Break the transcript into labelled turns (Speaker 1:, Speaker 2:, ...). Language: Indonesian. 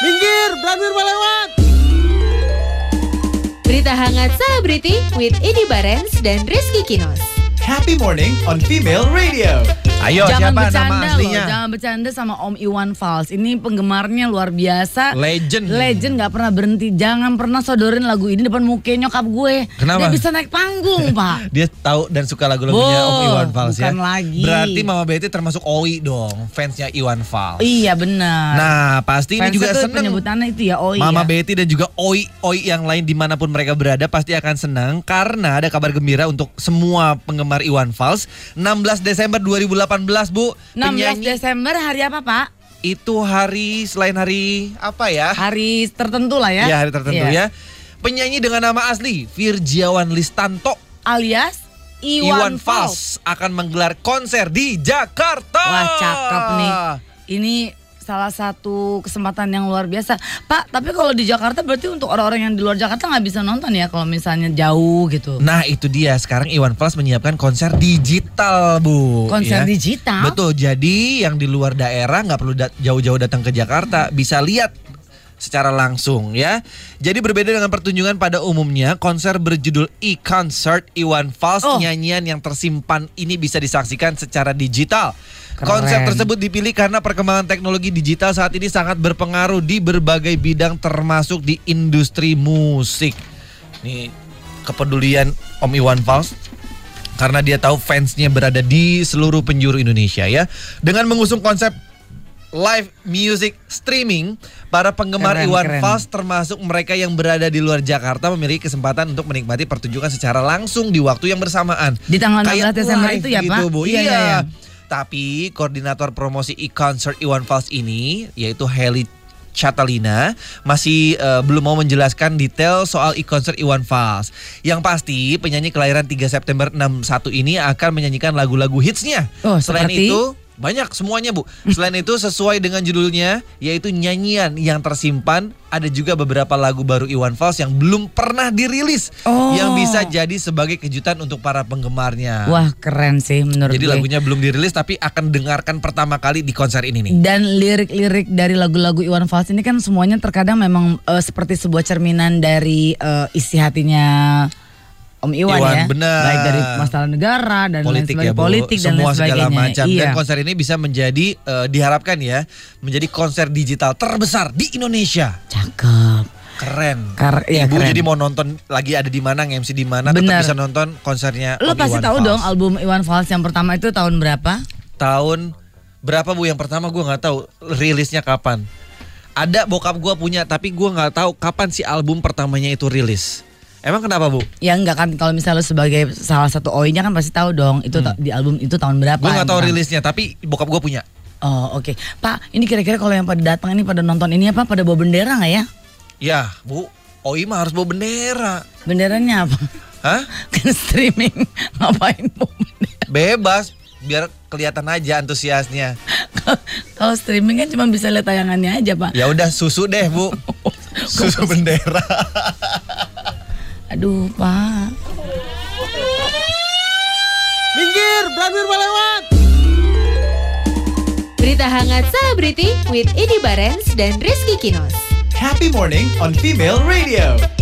Speaker 1: Minggir, Branwir mau lewat.
Speaker 2: Berita hangat selebriti with Edi Barens dan Rizky Kinos.
Speaker 3: Happy Morning on Female Radio.
Speaker 4: Ayo
Speaker 5: Jangan
Speaker 4: Iya, siapa
Speaker 5: bercanda
Speaker 4: nama aslinya?
Speaker 5: loh, jangan bercanda sama Om Iwan Fals. Ini penggemarnya luar biasa.
Speaker 4: Legend.
Speaker 5: Legend nggak pernah berhenti. Jangan pernah sodorin lagu ini depan muka nyokap gue.
Speaker 4: Kenapa?
Speaker 5: Dia bisa naik panggung, Pak.
Speaker 4: Dia tahu dan suka lagu-lagunya
Speaker 5: Wow,
Speaker 4: Om Iwan Fals ya.
Speaker 5: bukan lagi.
Speaker 4: Berarti Mama Betty termasuk OI dong, fansnya Iwan Fals.
Speaker 5: Iya benar.
Speaker 4: Nah, pasti ini
Speaker 5: Fansnya
Speaker 4: juga
Speaker 5: tuh
Speaker 4: seneng.
Speaker 5: penyebutannya itu ya, oh iya.
Speaker 4: Mama Betty dan juga Oi Oi yang lain dimanapun mereka berada pasti akan senang karena ada kabar gembira untuk semua penggemar Iwan Fals. 16 Desember 2018 Bu,
Speaker 5: 16
Speaker 4: penyanyi
Speaker 5: Desember hari apa, Pak?
Speaker 4: itu hari selain hari apa ya?
Speaker 5: Hari tertentu lah ya.
Speaker 4: Ya hari tertentu
Speaker 5: Iya.
Speaker 4: ya. Penyanyi dengan nama asli Virgiawan Listanto
Speaker 5: Alias Iwan,
Speaker 4: Iwan
Speaker 5: Fals.
Speaker 4: Fals akan menggelar konser di Jakarta.
Speaker 5: Wah cakep nih. Ini salah satu kesempatan yang luar biasa. Pak, tapi kalau di Jakarta berarti untuk orang-orang yang di luar Jakarta nggak bisa nonton ya kalau misalnya jauh gitu.
Speaker 4: Nah itu dia sekarang Iwan Fals menyiapkan konser digital bu. Ya.
Speaker 5: Konser digital?
Speaker 4: Betul. Jadi yang di luar daerah nggak perlu dat- jauh-jauh datang ke Jakarta bisa lihat secara langsung ya. Jadi berbeda dengan pertunjukan pada umumnya, konser berjudul E-Concert Iwan Fals
Speaker 5: Oh.
Speaker 4: nyanyian yang tersimpan ini bisa disaksikan secara digital.
Speaker 5: Keren.
Speaker 4: Konsep tersebut dipilih karena perkembangan teknologi digital saat ini sangat berpengaruh di berbagai bidang termasuk di industri musik. Nih kepedulian Om Iwan Fals karena dia tahu fansnya berada di seluruh penjuru Indonesia ya. Dengan mengusung konsep live music streaming, para
Speaker 5: Keren,
Speaker 4: penggemar Iwan
Speaker 5: keren.
Speaker 4: Fals termasuk mereka yang berada di luar Jakarta memiliki kesempatan untuk menikmati pertunjukan secara langsung di waktu yang bersamaan.
Speaker 5: Di tanggal 16
Speaker 4: Kayak
Speaker 5: Desember
Speaker 4: live
Speaker 5: itu ya,
Speaker 4: gitu,
Speaker 5: Pak?
Speaker 4: Bu.
Speaker 5: Iya,
Speaker 4: Iya.
Speaker 5: iya, iya.
Speaker 4: Tapi koordinator promosi e-concert Iwan Fals ini yaitu Heli Catalina masih eh, belum mau menjelaskan detail soal e-concert Iwan Fals. Yang pasti penyanyi kelahiran 3 September 61 ini akan menyanyikan lagu-lagu hitsnya.
Speaker 5: Oh,
Speaker 4: Selain
Speaker 5: seperti?
Speaker 4: itu banyak semuanya bu. Selain itu sesuai dengan judulnya yaitu nyanyian yang tersimpan ada juga beberapa lagu baru Iwan Fals yang belum pernah dirilis
Speaker 5: Oh.
Speaker 4: yang bisa jadi sebagai kejutan untuk para penggemarnya.
Speaker 5: Wah keren sih menurut
Speaker 4: Jadi
Speaker 5: gue.
Speaker 4: lagunya belum dirilis tapi akan dengarkan pertama kali di konser ini nih.
Speaker 5: Dan lirik-lirik dari lagu-lagu Iwan Fals ini kan semuanya terkadang memang eh, seperti sebuah cerminan dari eh, isi hatinya Om Iwan,
Speaker 4: Iwan,
Speaker 5: ya.
Speaker 4: benar.
Speaker 5: Baik dari masalah negara dan
Speaker 4: Politik
Speaker 5: lain sebagainya,
Speaker 4: ya Bu,
Speaker 5: politik dan
Speaker 4: semua
Speaker 5: lain
Speaker 4: segala
Speaker 5: sebagainya.
Speaker 4: macam.
Speaker 5: Iya.
Speaker 4: Dan konser ini bisa menjadi eh, diharapkan ya menjadi konser digital terbesar di Indonesia.
Speaker 5: Cakep.
Speaker 4: Keren.
Speaker 5: Kar- iya,
Speaker 4: Ibu
Speaker 5: keren.
Speaker 4: jadi mau nonton lagi ada di mana, MC di mana,
Speaker 5: Benar.
Speaker 4: tetap bisa nonton konsernya.
Speaker 5: Lo
Speaker 4: Om
Speaker 5: pasti
Speaker 4: Iwan
Speaker 5: tahu
Speaker 4: Fals.
Speaker 5: dong album Iwan Fals yang pertama itu tahun berapa?
Speaker 4: Tahun berapa bu yang pertama gue nggak tahu rilisnya kapan. Ada bokap gue punya tapi gue nggak tahu kapan si album pertamanya itu rilis. Emang kenapa bu?
Speaker 5: Ya enggak kan kalau misalnya lo sebagai salah satu OI-nya kan pasti tahu dong itu ta- di album itu tahun berapa.
Speaker 4: Gue Hmm. nggak
Speaker 5: gitu
Speaker 4: tahu
Speaker 5: kan.
Speaker 4: rilisnya tapi bokap gue punya.
Speaker 5: Oh oke. Pak ini kira-kira kalau yang pada datang ini pada nonton ini apa pada bawa bendera nggak ya?
Speaker 4: Ya bu, OI mah harus bawa bendera.
Speaker 5: Benderanya apa?
Speaker 4: Hah?
Speaker 5: Kan streaming ngapain bawa bendera?
Speaker 4: Bebas biar kelihatan aja antusiasnya.
Speaker 5: Kalau streaming kan cuma bisa lihat tayangannya aja pak.
Speaker 4: Ya udah susu deh bu, susu bendera.
Speaker 5: Aduh pak.
Speaker 1: Minggir, Branwir mau lewat.
Speaker 2: Berita hangat selebriti with Edi Barens dan Rizky Kinos.
Speaker 3: Happy Morning on Female Radio.